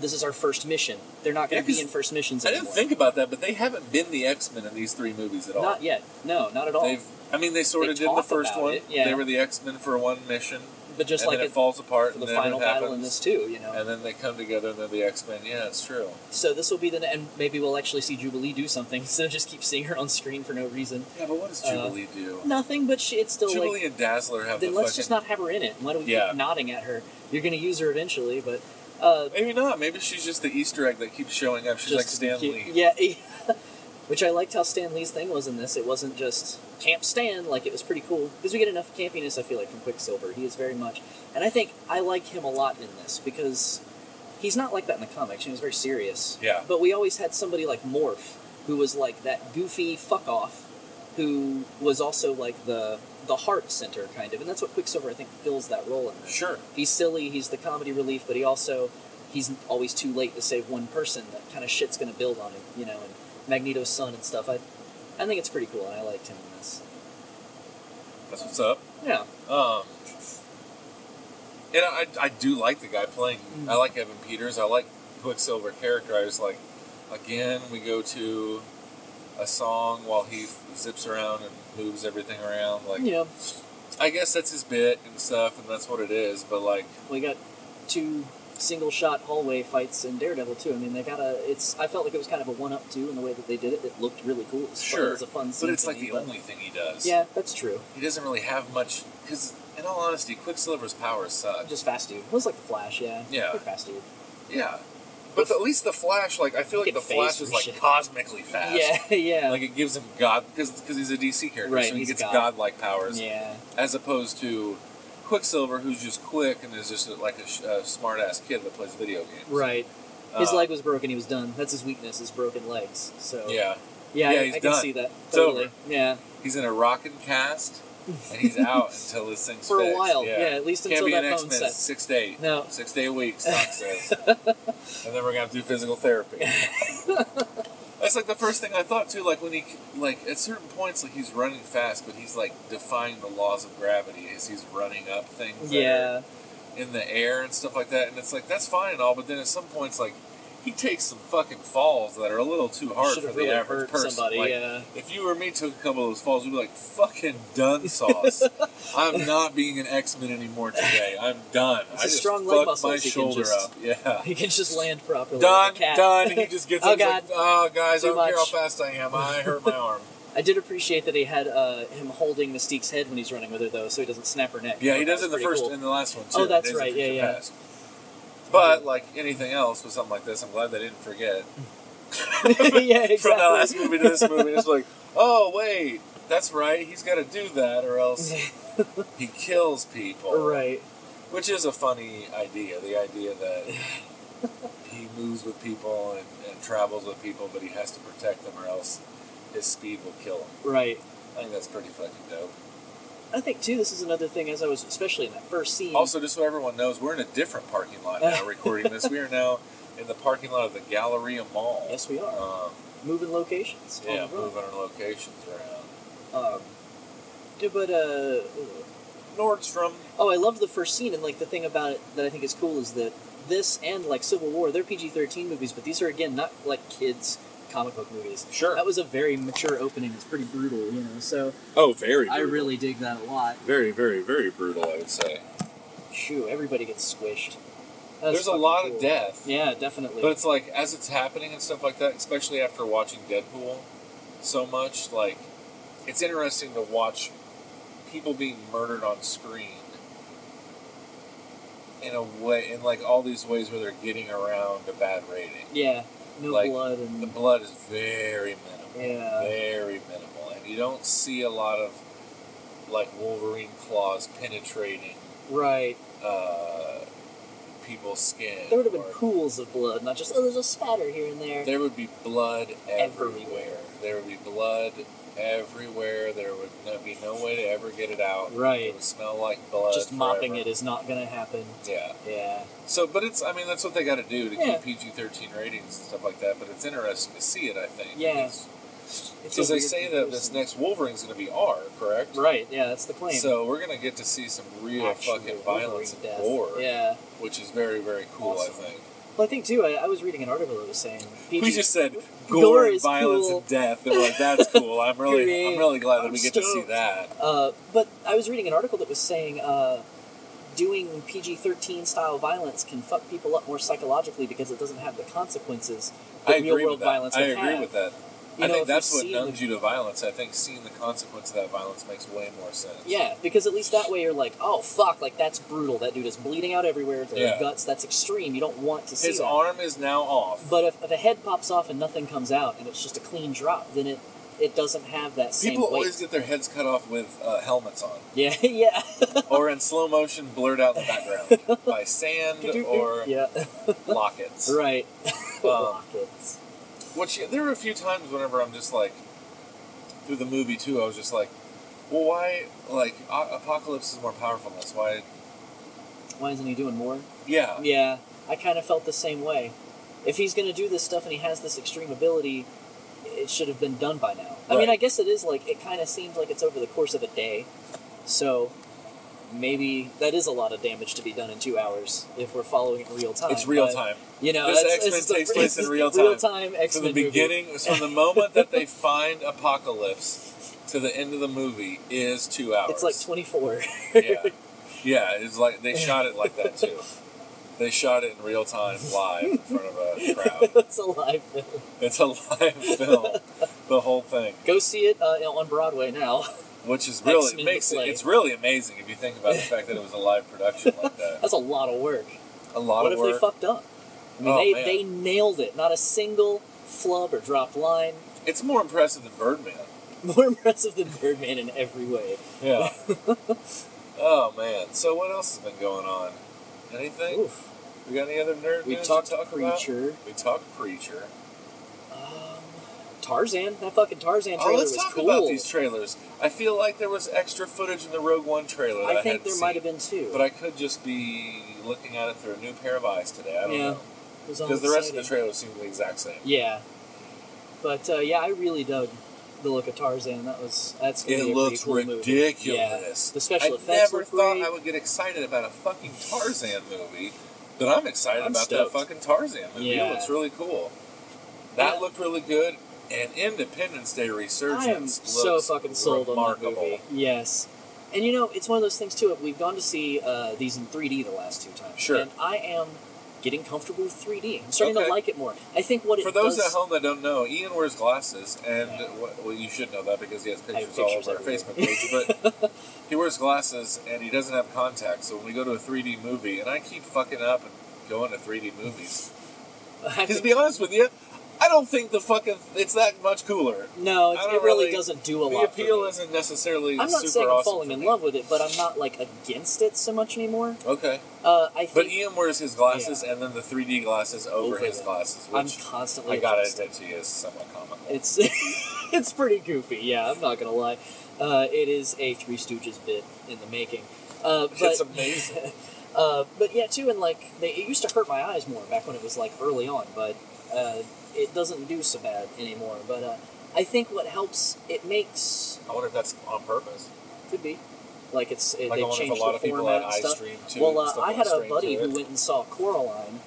This is our first mission. They're not going Yeah, to 'cause be in first missions I anymore. didn't think about that, but they haven't been the X Men in these three movies at all. not yet. No, not at all. They've, I mean, they sort They of did in the talk first about one. it, yeah. They were the X Men for one mission, but just and like then it, it- falls apart. for the and then final it battle in happens, this too, you know. and then they come together, and they're the X Men. Yeah, it's true. So this will be the and maybe we'll actually see Jubilee do something [laughs] instead of just keep seeing her on screen for no reason. Yeah, but what does Uh, Jubilee do? Nothing, but she, it's still Jubilee like and Dazzler have then the let's fucking. just not have her in it. Why do we Yeah. keep nodding at her? You're gonna use her eventually, but uh, Maybe not. Maybe she's just the Easter egg that keeps showing up. She's like just to be Stan cute. Lee. Yeah, e- [laughs] which I liked how Stan Lee's thing was in this. It wasn't just camp Stan, like it was pretty cool because we get enough campiness. I feel like from Quicksilver, he is very much, and I think I like him a lot in this because he's not like that in the comics. He was very serious. Yeah. But we always had somebody like Morph, who was like that goofy fuck off, who was also like the the heart center kind of, and that's what Quicksilver I think fills that role in. This. Sure. He's silly. He's the comedy relief, but he also he's always too late to save one person. That kind of shit's gonna build on him, you know. And Magneto's son and stuff. I I think it's pretty cool, and I liked him in this. That's what's up. Yeah. Um, and I, I do like the guy playing. Mm. I like Evan Peters. I like Quicksilver character. I was like, again, we go to a song while he f- zips around and moves everything around. Like, yeah. I guess that's his bit and stuff, and that's what it is. But like, We got two single shot hallway fights in Daredevil too. I mean, they got a. It's. I felt like it was kind of a one up too in the way that they did it. It looked really cool. It was fun. Sure. It was a fun. but scene it's to like me, the but- only thing he does. Yeah, that's true. he doesn't really have much. Because in all honesty, Quicksilver's powers suck. Just fast dude. It was like the Flash. Yeah. Yeah. Like fast dude. Yeah, but at least the Flash, like, I feel like Get the Flash phased is and like shit. cosmically fast. [laughs] Yeah. Yeah. Like it gives him god because because he's a DC character, Right, so he he's gets God. godlike powers yeah. as opposed to Quicksilver, who's just quick and is just like a, sh- a smart ass kid that plays video games. Right. His Uh, leg was broken. He was done. That's his weakness. His broken legs. So Yeah, yeah, Yeah, I, he's I can done. see that It's over. totally. Yeah, he's in a rockin' cast, and [laughs] he's out until this thing's for a fixed. while. Yeah, Yeah, at least can't until be that an phone X Men sets. six to eight. No. Six [laughs] day a week, Doc says. and then we're gonna have to do physical therapy. That's like the first thing I thought too. Like when he, like at certain points, like he's running fast, but he's like defying the laws of gravity as he's running up things. that Yeah. are In the air and stuff like that, and it's like that's fine and all, but then at some points, like he takes some fucking falls that are a little too hard Should for have the really average hurt person. somebody. Like, yeah. [laughs] If you or me took a couple of those falls, we'd be like, "Fucking done, [laughs] sauce. I'm not being an X Men anymore today. I'm done. It's I a just strong leg fucked muscles my you can shoulder just- up. Yeah, [laughs] He can just land properly. done, like a cat. done. [laughs] He just gets Oh, up. he's God. Like, oh, guys, Too I don't care how much. fast I am. I hurt my [laughs] arm. I did appreciate that he had uh, him holding Mystique's head when he's running with her, though, so he doesn't snap her neck. Yeah, he That does was in the pretty first cool. and the last one too. Oh, It that's is a right. Yeah, future yeah. past. But like anything else with something like this, I'm glad they didn't forget. [laughs] [laughs] yeah, From the exactly. last movie to this movie, it's [laughs] like, oh wait, that's right. He's got to do that, or else he kills people. right. Which is a funny idea. The idea that he moves with people and, and travels with people, but he has to protect them, or else his speed will kill him. Right. I think that's pretty fucking dope. I think too. This is another thing, as I was, especially in that first scene. Also, just so everyone knows, we're in a different parking lot [laughs] now recording this. We are now in the parking lot of the Galleria Mall. yes, we are Um, moving locations. on yeah, the road. moving our locations around. Um, yeah, but uh, Nordstrom. oh, I love the first scene, and like the thing about it that I think is cool is that this and like Civil War, they're PG thirteen movies, but these are again not like kids comic book movies. Sure. That was a very mature opening. It's pretty brutal, you know. So Oh, very. I brutal. really dig that a lot. very, very, very brutal. I would say. Shoo, everybody gets squished. That was There's a fucking lot cool. of death. Yeah, definitely. But it's like as it's happening and stuff like that, especially after watching Deadpool so much, like it's interesting to watch people being murdered on screen in a way in like all these ways where they're getting around a bad rating. yeah, no like, blood The and blood is very minimal. Yeah. Very minimal. And you don't see a lot of like Wolverine claws penetrating right. uh, people's skin. There would have been or- pools of blood, not just oh, there's a spatter here and there. There would be blood Everywhere. everywhere. There would be blood everywhere. There would no, be no way to ever get it out. Right. It would smell like blood. just mopping it forever. is not gonna happen. Yeah. Yeah, So, but it's, I mean, that's what they got to do to Yeah. keep PG 13 ratings and stuff like that. But it's interesting to see it, I think. Yeah. because- It's Because a they weird say that this comparison. next Wolverine's going to be R, correct? Right, yeah, that's the claim. So we're going to get to see some real Actual fucking Wolverine violence and death. gore, Yeah. which is very, very cool, Awesome. I think. Well, I think too. I, I was reading an article that was saying We just said gore, Gore and is violence cool. and death. They're like, that's [laughs] cool. I'm really, I'm Great. really glad that I'm we get to see stoked. that. Uh, but I was reading an article that was saying uh, doing PG thirteen style violence can fuck people up more psychologically because it doesn't have the consequences that I agree real world with that. violence I would agree have. with that. You I know, think if you that's what see the- numbs you to violence. I think seeing the consequence of that violence makes way more sense. Yeah, because at least that way you're like, oh fuck, like that's brutal. That dude is bleeding out everywhere. There Yeah. are guts. That's extreme. You don't want to see His that. arm is now off. But if, if a head pops off and nothing comes out and it's just a clean drop, then it it doesn't have that same People weight. always get their heads cut off with uh, helmets [laughs] on, yeah, yeah. or in slow motion, blurred out in the background by [laughs] sand or yeah, lockets. right. [laughs] Um, Rockets. Which yeah, there were a few times whenever I'm just like through the movie too. I was just like, well, why? Like A- Apocalypse is more powerful than this. Why? Why isn't he doing more? Yeah. Yeah, I kind of felt the same way. If he's going to do this stuff and he has this extreme ability, it should have been done by now. I Right. mean, I guess it is like it kind of seems like it's over the course of a day, so maybe that is a lot of damage to be done in two hours if we're following it real time. It's real but, time. You know, This that's- X-Men it's the takes fir- place [laughs] it's in real the time. Real time X from Men the beginning, from the moment that [laughs] they find Apocalypse to the end of the movie is two hours. It's like twenty four. yeah, yeah. It's like they shot it like that too. They shot it in real time, live in front of a [laughs] crowd. it's a live film. It's a live film, the whole thing, Go see it uh, on Broadway now. [laughs] which is really X-Men makes it. play. It's really amazing if you think about the fact that it was a live production like that. That's a lot of work. A lot what of if work. they fucked up? I mean, Oh, they, man. they nailed it. Not a single flub or drop line. [laughs] It's more impressive than Birdman. More impressive than Birdman in every way. Yeah. [laughs] oh man. So what else has been going on? Anything? Oof. We got any other nerd We news talked to talk about? Preacher. We talked preacher. Um, Tarzan. That fucking Tarzan trailer Oh, let's was talk cool. about these trailers. I feel like there was extra footage in the Rogue One trailer. That I, I think hadn't there seen, might have been two. but I could just be looking at it through a new pair of eyes today. I don't Yeah. know It was all because the rest of the exciting. trailers seem the exact same. Yeah. But uh, yeah, I really dug the look of Tarzan. That was that's gonna It be a looks pretty cool movie. ridiculous. Yeah, the special I effects never look thought great. I would get excited about a fucking Tarzan movie, but I'm excited I'm about stoked. that fucking Tarzan movie. Yeah. It looks really cool. That Yeah. looked really good. And Independence Day Resurgence I am so looks fucking sold remarkable. on that movie. Yes, and you know it's one of those things too. We've gone to see uh, these in 3D the last two times, Sure. and I am getting comfortable with 3D. I'm starting Okay. to like it more. I think what it For those does, at home that don't know, Ian wears glasses, and Yeah. wh- well, you should know that because he has have pictures, pictures all over our everywhere. Facebook page. But [laughs] he wears glasses, and he doesn't have contacts. So when we go to a 3D movie, and I keep fucking up and going to 3D movies, [laughs] I Because to think, be honest with you, I don't think the fucking it's that much cooler. no, it, I don't it really, really- doesn't do a The lot. for appeal me. isn't necessarily. I'm not super saying I'm awesome falling for in me. love with it, but I'm not like against it so much anymore. Okay, Uh, I think but Ian wears his glasses and then the 3D glasses over, Over his them. glasses, I'm which constantly. I gotta against it. admit to you is somewhat comical. It's [laughs] it's pretty goofy. Yeah, I'm not gonna lie. Uh, it is a Three Stooges bit in the making. Uh, but, It's amazing. [laughs] uh, but yeah, too, and like they, it used to hurt my eyes more back when it was like early on, but uh, it doesn't do so bad anymore. But uh, I think what helps it makes I wonder if that's on purpose. could be like it's it, Like I they wonder if changed a lot the of people format had and stuff. iStream too. well, and uh, stuff I had a on buddy stream to who it. went and saw Coraline,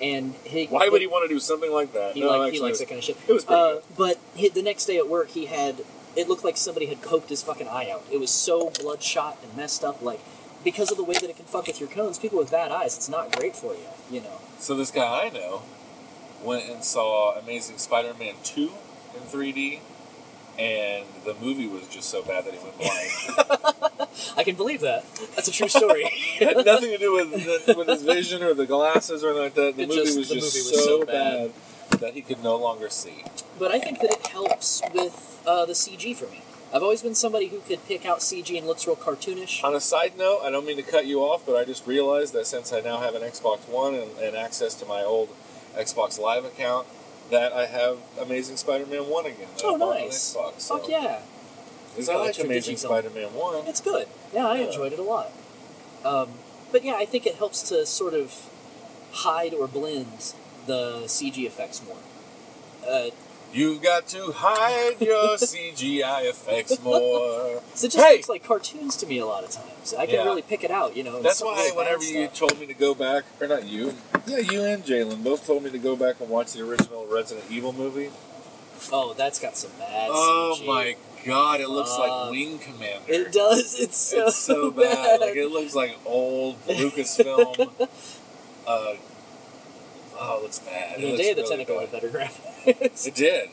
and he Why would he want to do something like that? he, no, like, actually, he likes that kind of shit. it was pretty Uh, good. but he, the next day at work, he had it looked like somebody had poked his fucking eye out. It was so bloodshot and messed up, like because of the way that it can fuck with your cones. People with bad eyes, it's not great for you, you know. So this guy I know went and saw Amazing Spider-Man two in 3D, and the movie was just so bad that he went blind. I can believe that. That's a [laughs] true story. [laughs] It had nothing to do with the, with his vision or the glasses or anything like that. The It movie just- was the just movie was so, so bad. bad. that he could no longer see. but I think that it helps with uh, the CG for me. I've always been somebody who could pick out CG and looks real cartoonish. On a side note, I don't mean to cut you off, but I just realized that since I now have an Xbox One and, and access to my old Xbox Live account, that I have Amazing Spider-Man One again. that I Oh, bought on nice. Xbox, so. Fuck yeah, 'Cause I Got like extra Amazing digits on it. Spider-Man One. it's good. Yeah, I Yeah. enjoyed it a lot. Um, but yeah, I think it helps to sort of hide or blend the CG effects more. Uh, You've got to hide [laughs] your CGI effects more. 'cause it just Hey! looks like cartoons to me a lot of times. I can Yeah. really pick it out, you know. That's some why really bad whenever you stuff. told me to go back, or not you, yeah, you and Jalen both told me to go back and watch the original Resident Evil movie. oh, that's got some bad. oh CG. my god, it looks like Fuck. Wing Commander. It does. [laughs] It's so, It's so bad. Like it looks like [laughs] old Lucasfilm. uh, oh, it looks bad. the it Day of the looks really Tentacle had bad. better graphics. [laughs] It did.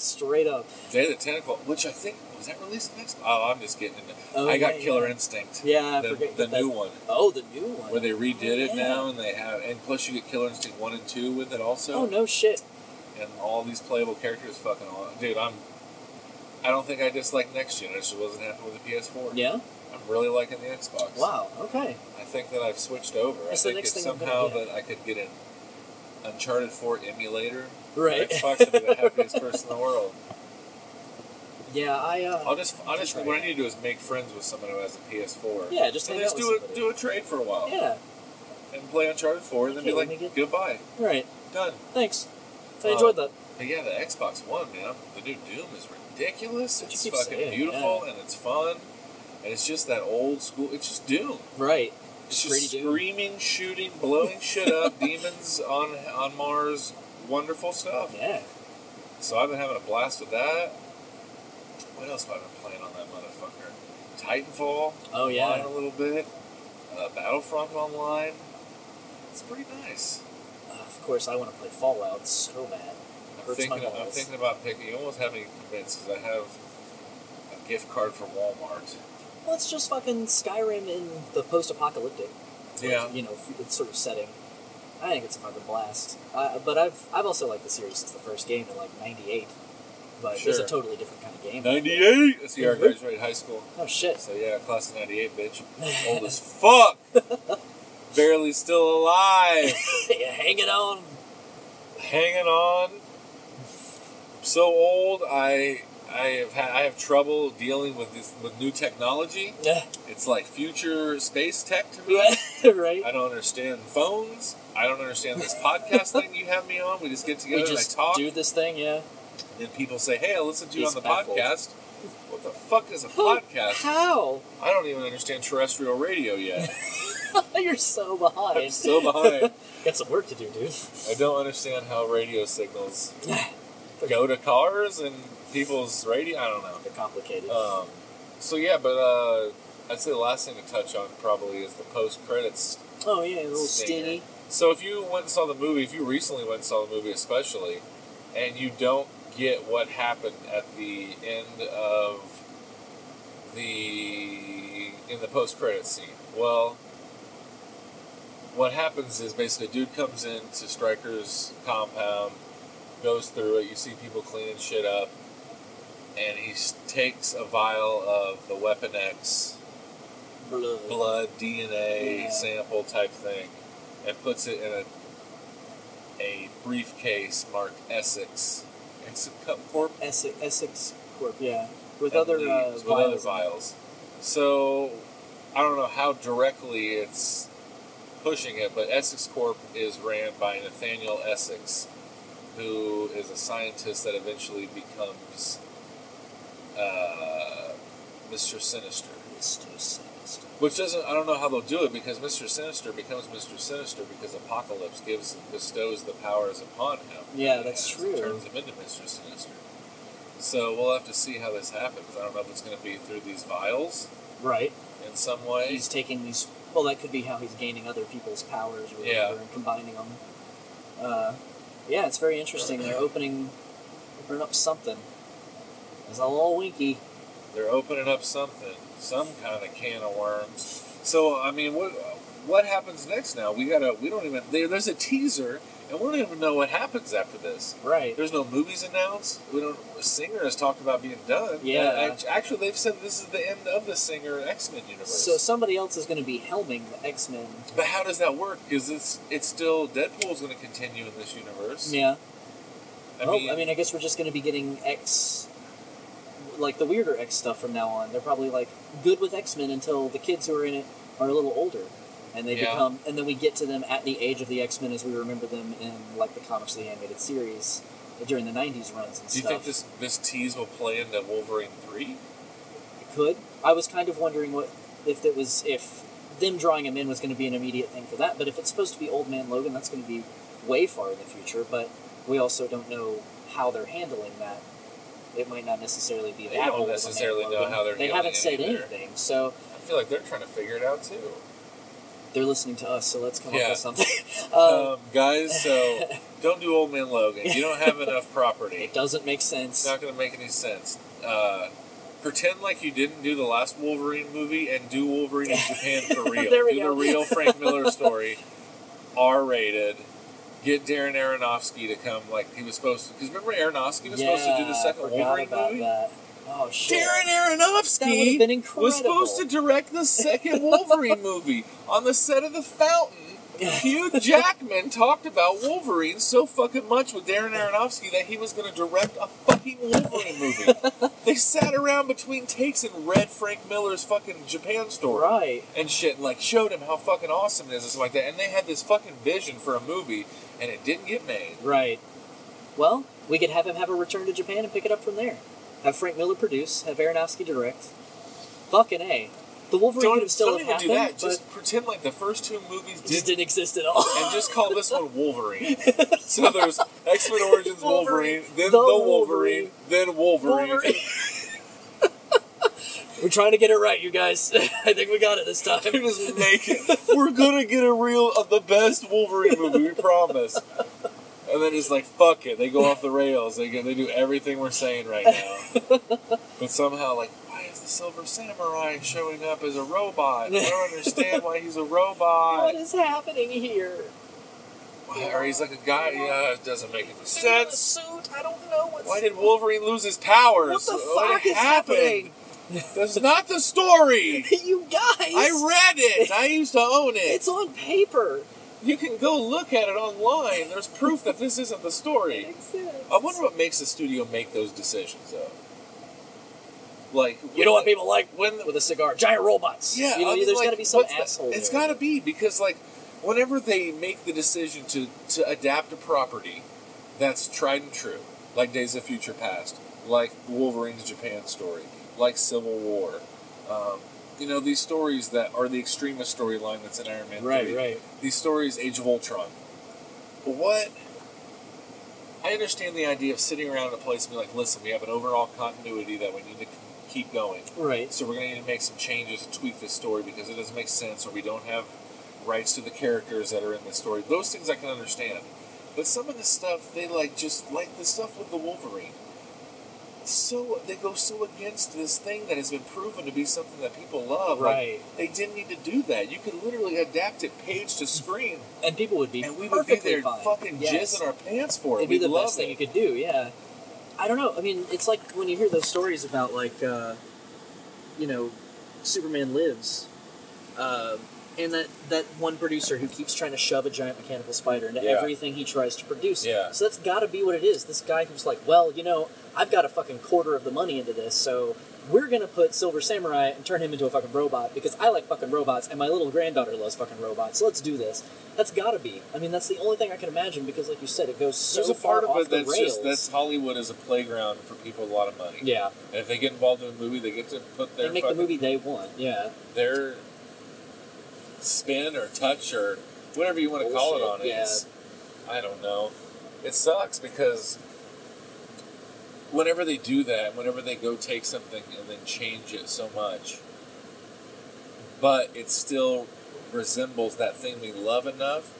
Straight up. Day of the Tentacle, which I think was that released next. Oh, I'm just getting into. Oh, I got yeah, Killer yeah. Instinct. Yeah, I the, forget the that- new one. Oh, the new one. where they redid it Yeah. now and they have and plus you get Killer Instinct one and two with it also Oh no shit. and all these playable characters fucking all dude I'm I don't think I dislike next gen I just wasn't happy with the PS4 Yeah. I'm really liking the Xbox Wow. Okay. I think that I've switched over I That's the think next if thing I'm gonna somehow get. that I could get an Uncharted 4 emulator Right. for Xbox I'd be the [laughs] happiest person in the world Yeah. I. Uh, I'll just honestly try what I that. need to do is make friends with someone who has a PS4 Yeah, just and hang just out with do a, somebody. do a trade for a while Yeah, and play Uncharted 4 and then Okay, be let me like get- goodbye right. done Thanks. I Oh, enjoyed that. But yeah, the Xbox One, man, the new Doom is ridiculous. What It's you keep fucking saying, beautiful and it's fun. And it's just that old school. It's just Doom. Right. It's Pretty just Doom. screaming, shooting, [laughs] blowing shit up, demons on on Mars, wonderful stuff. Yeah. So I've been having a blast with that. What else have I been playing on that motherfucker? Titanfall. Oh, yeah. online a little bit. Uh, Battlefront online. It's pretty nice. Uh, of course, I want to play Fallout so bad. I'm Hurts my thinking, I'm balls. thinking about picking. You almost have me convinced because I have a gift card for Walmart. Let's just fucking Skyrim in the post-apocalyptic, Yeah. you know, f- sort of setting. I think it's a fucking blast. Uh, but I've I've also liked the series since the first game in like '98. But it's Sure. a totally different kind of game. 98! That's the year I graduated high school. Oh [laughs] shit. So yeah, class of 98, [laughs] bitch. Old as fuck! Barely still alive! Hang it on. Hanging on. I'm so old, I. I have had, I have trouble dealing with this with new technology. It's like future space tech to me. [laughs] [laughs] right. I don't understand phones. I don't understand this podcast thing you have me on. We just get together we just and I talk. do this thing, yeah. and people say, "Hey, I listened to you He's on the baffled. podcast." What the fuck is a Who- podcast? How? [laughs] I don't even understand terrestrial radio yet. You're so behind. I'm so behind. Got some work to do, dude. I don't understand how radio signals go to cars and people's radio. I don't know. They're complicated. Um, so yeah, but uh, I'd say the last thing to touch on probably is the post credits. oh yeah, a little stinger. stingy. So if you went and saw the movie, if you recently went and saw the movie, especially, and you don't get what happened at the end of the in the post credit scene, well, what happens is basically a dude comes into Stryker's compound, goes through it. You see people cleaning shit up, and he s- takes a vial of the Weapon X Blood. blood DNA Yeah. sample type thing and puts it in a a briefcase marked Essex. Exit Cup Corp. Essex, Essex Corp. Yeah, with I other believe, uh, with other vials. vials. So I don't know how directly it's pushing it, but Essex Corp is ran by Nathaniel Essex, who is a scientist that eventually becomes uh, Mr. Sinister. Mr. Sinister. Which doesn't, I don't know how they'll do it because Mr. Sinister becomes Mr. Sinister because Apocalypse gives bestows the powers upon him. Yeah, that's And true. Turns him into Mr. Sinister. So we'll have to see how this happens. I don't know if it's going to be through these vials Right. in some way. He's taking these. Well, that could be how he's gaining other people's powers or whatever Yeah. and combining them. Uh, yeah, it's very interesting. They're opening, opening up something. It's a little winky. They're opening up something, some kind of can of worms. So I mean, what what happens next? Now we gotta. We don't even. There, there's a teaser, and we don't even know what happens after this. Right. There's no movies announced. We don't. Singer has talked about being done. Yeah. And act- actually, they've said this is the end of the Singer X Men universe. So somebody else is going to be helming the X Men. but how does that work? Because it's it's still Deadpool's going to continue in this universe. Yeah. I well, mean, I mean, I guess we're just going to be getting X, like the weirder X stuff from now on. They're probably like good with X Men until the kids who are in it are a little older, and they Yeah. become, and then we get to them at the age of the X Men as we remember them in like the comics, the animated series during the '90s runs and do you stuff. think this this tease will play into Wolverine three? It could. I was kind of wondering what if it was if them drawing him in was going to be an immediate thing for that, but if it's supposed to be Old Man Logan, that's going to be way far in the future. But we also don't know how they're handling that. It might not necessarily be They that don't Old Man necessarily know Logan. how they're They handling haven't it said either. anything, so I feel like they're trying to figure it out too. they're listening to us. So let's come Yeah. up with [laughs] something. [laughs] um, um, guys, [laughs] so don't do Old Man Logan. You don't have enough property. it doesn't make It's sense. not going to make any sense. Uh, pretend like you didn't do the last Wolverine movie and do Wolverine in Japan for real. [laughs] There we do go. the real Frank Miller story, R rated. Get Darren Aronofsky to come like he was supposed to. Because remember Aronofsky was yeah, supposed to do the I second forgot Wolverine about movie. that. Oh shit! Darren that would have Aronofsky been incredible. was supposed to direct the second [laughs] Wolverine movie on the set of The Fountain. [laughs] Hugh Jackman talked about Wolverine so fucking much with Darren Aronofsky that he was going to direct a fucking Wolverine [laughs] movie. they sat around between takes and read Frank Miller's fucking Japan story right. and shit, and like showed him how fucking awesome it is and stuff like that. And they had this fucking vision for a movie, and it didn't get made. Right. Well, we could have him have a return to Japan and pick it up from there. Have Frank Miller produce, have Aronofsky direct. Fucking A. The Wolverine could Don't, have still don't have even happened, do that. but Just pretend like the first two movies it just didn't didn't exist at all. and just call this one [laughs] Wolverine. So there's X Men Origins Wolverine, then the, The Wolverine, Wolverine. then Wolverine. [laughs] Wolverine. [laughs] We're trying to get it right, you guys. [laughs] I think we got it [laughs] this time. They're just naked. We're gonna get a reel of the best Wolverine movie, we promise. And then it's like fuck it, they go off the rails. They get, they do everything we're saying right now, but somehow like why is the Silver Samurai showing up as a robot? I don't understand why he's a What [laughs] robot. is happening here? Why, or he's like a guy. Yeah, it doesn't make any Dude in a sense. suit. I don't know what's. Why did Wolverine lose his powers? what the What fuck is happened? happening? That's not the story. [laughs] you guys. I read it. I used to own it. It's on paper. You can go look at it online. There's proof that this isn't the It story. exists. I wonder what makes the studio make those decisions, though. Like You know what people like when with a cigar? Giant robots. yeah, you know, I mean, there's like, got to be some what's the- asshole. It's there. got to be because like whenever they make the decision to to adapt a property that's tried and true, like Days of Future Past, like Wolverine's Japan story, like Civil War. Um, you know, these stories that are the extremist storyline that's in Iron Man 3. right. These stories, Age of Ultron. What? I understand the idea of sitting around a place and be like, listen, we have an overall continuity that we need to keep going. Right. So we're going to need to make some changes and tweak this story because it doesn't make sense or we don't have rights to the characters that are in this story. Those things I can understand. But some of the stuff, they like just like the stuff with the Wolverine. So they go so against this thing that has been proven to be something that people love. Like, Right. they didn't need to do that. You could literally adapt it page to screen, And people would be and we would be perfectly there fine. fucking Yes. jizzing our pants for it. It'd We be the love best it. thing you could do, yeah. I don't know. I mean, it's like when you hear those stories about, like, uh, you know, Superman lives, uh, and that, that one producer who keeps trying to shove a giant mechanical spider into Yeah. everything he tries to produce. Yeah. So that's got to be what it is. This guy who's like, well, you know, I've got a fucking quarter of the money into this, so we're going to put Silver Samurai and turn him into a fucking robot because I like fucking robots and my little granddaughter loves fucking robots, so let's do this. That's got to be. I mean, that's the only thing I can imagine because, like you said, it goes so There's a far part of off it the that's rails. just that's Hollywood as a playground for people with a lot of money. yeah, And if they get involved in a movie, they get to put they their make the fucking, movie they want. Yeah, their spin or touch or whatever you want to call it on Bullshit, it. It's- I don't know. It sucks because whenever they do that, whenever they go take something and then change it so much, but it still resembles that thing we love enough,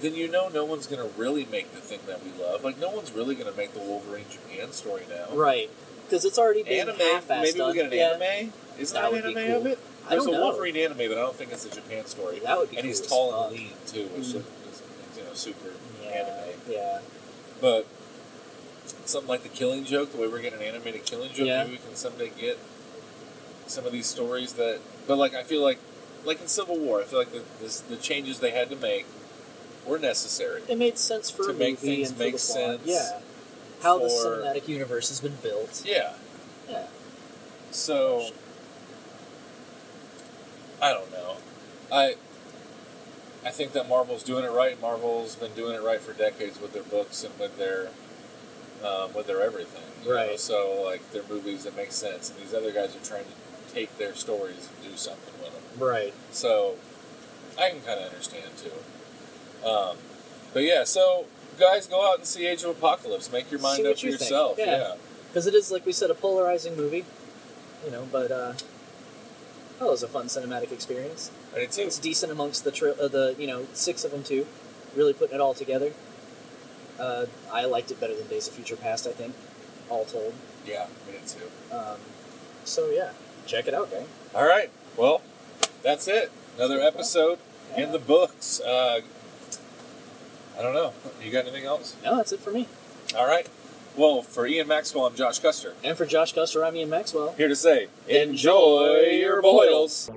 then you know no one's going to really make the thing that we love. Like, no one's really going to make the Wolverine Japan story now right. Because it's already been Oh. anime. half-assed Maybe we on- get an yeah. anime. Is That there would an be anime cool. of it? I There's don't a know. Wolverine anime, but I don't think it's a Japan story. That would be and he's cool as tall fuck. and lean too, which Mhm. is you know super Yeah, anime. yeah. But something like the Killing Joke, the way we're getting an animated Killing Joke, Yeah. maybe we can someday get some of these stories that. But like I feel like, like in Civil War, I feel like the, this, the changes they had to make were necessary. It made sense for To a make movie things and for make the plot. sense Yeah, how the for- cinematic universe has been built. Yeah. Yeah. So I don't know. I I think that Marvel's doing it right. Marvel's been doing it right for decades with their books and with their um, with their everything. you know? Right. So like their movies that make sense, and these other guys are trying to take their stories and do something with them. Right. So I can kind of understand too. Um, but yeah, so guys, go out and see Age of Apocalypse. Make your mind See up what for you think. yourself. Yeah. Because it is, like we said, a polarizing movie. You know, but uh, that was a fun cinematic experience. And it's, It's decent amongst the tri- uh, the you know six of them too. Really putting it all together. Uh, I liked it better than Days of Future Past. I think, all told. yeah, I did too. Um, so yeah, check it out, gang. All right. Well, that's it. Another episode in the books. Uh, I don't know. You got anything else? No, that's it for me. All right. Well, for Ian Maxwell, I'm Josh Custer. And for Josh Custer, I'm Ian Maxwell. Here to say, enjoy your boils.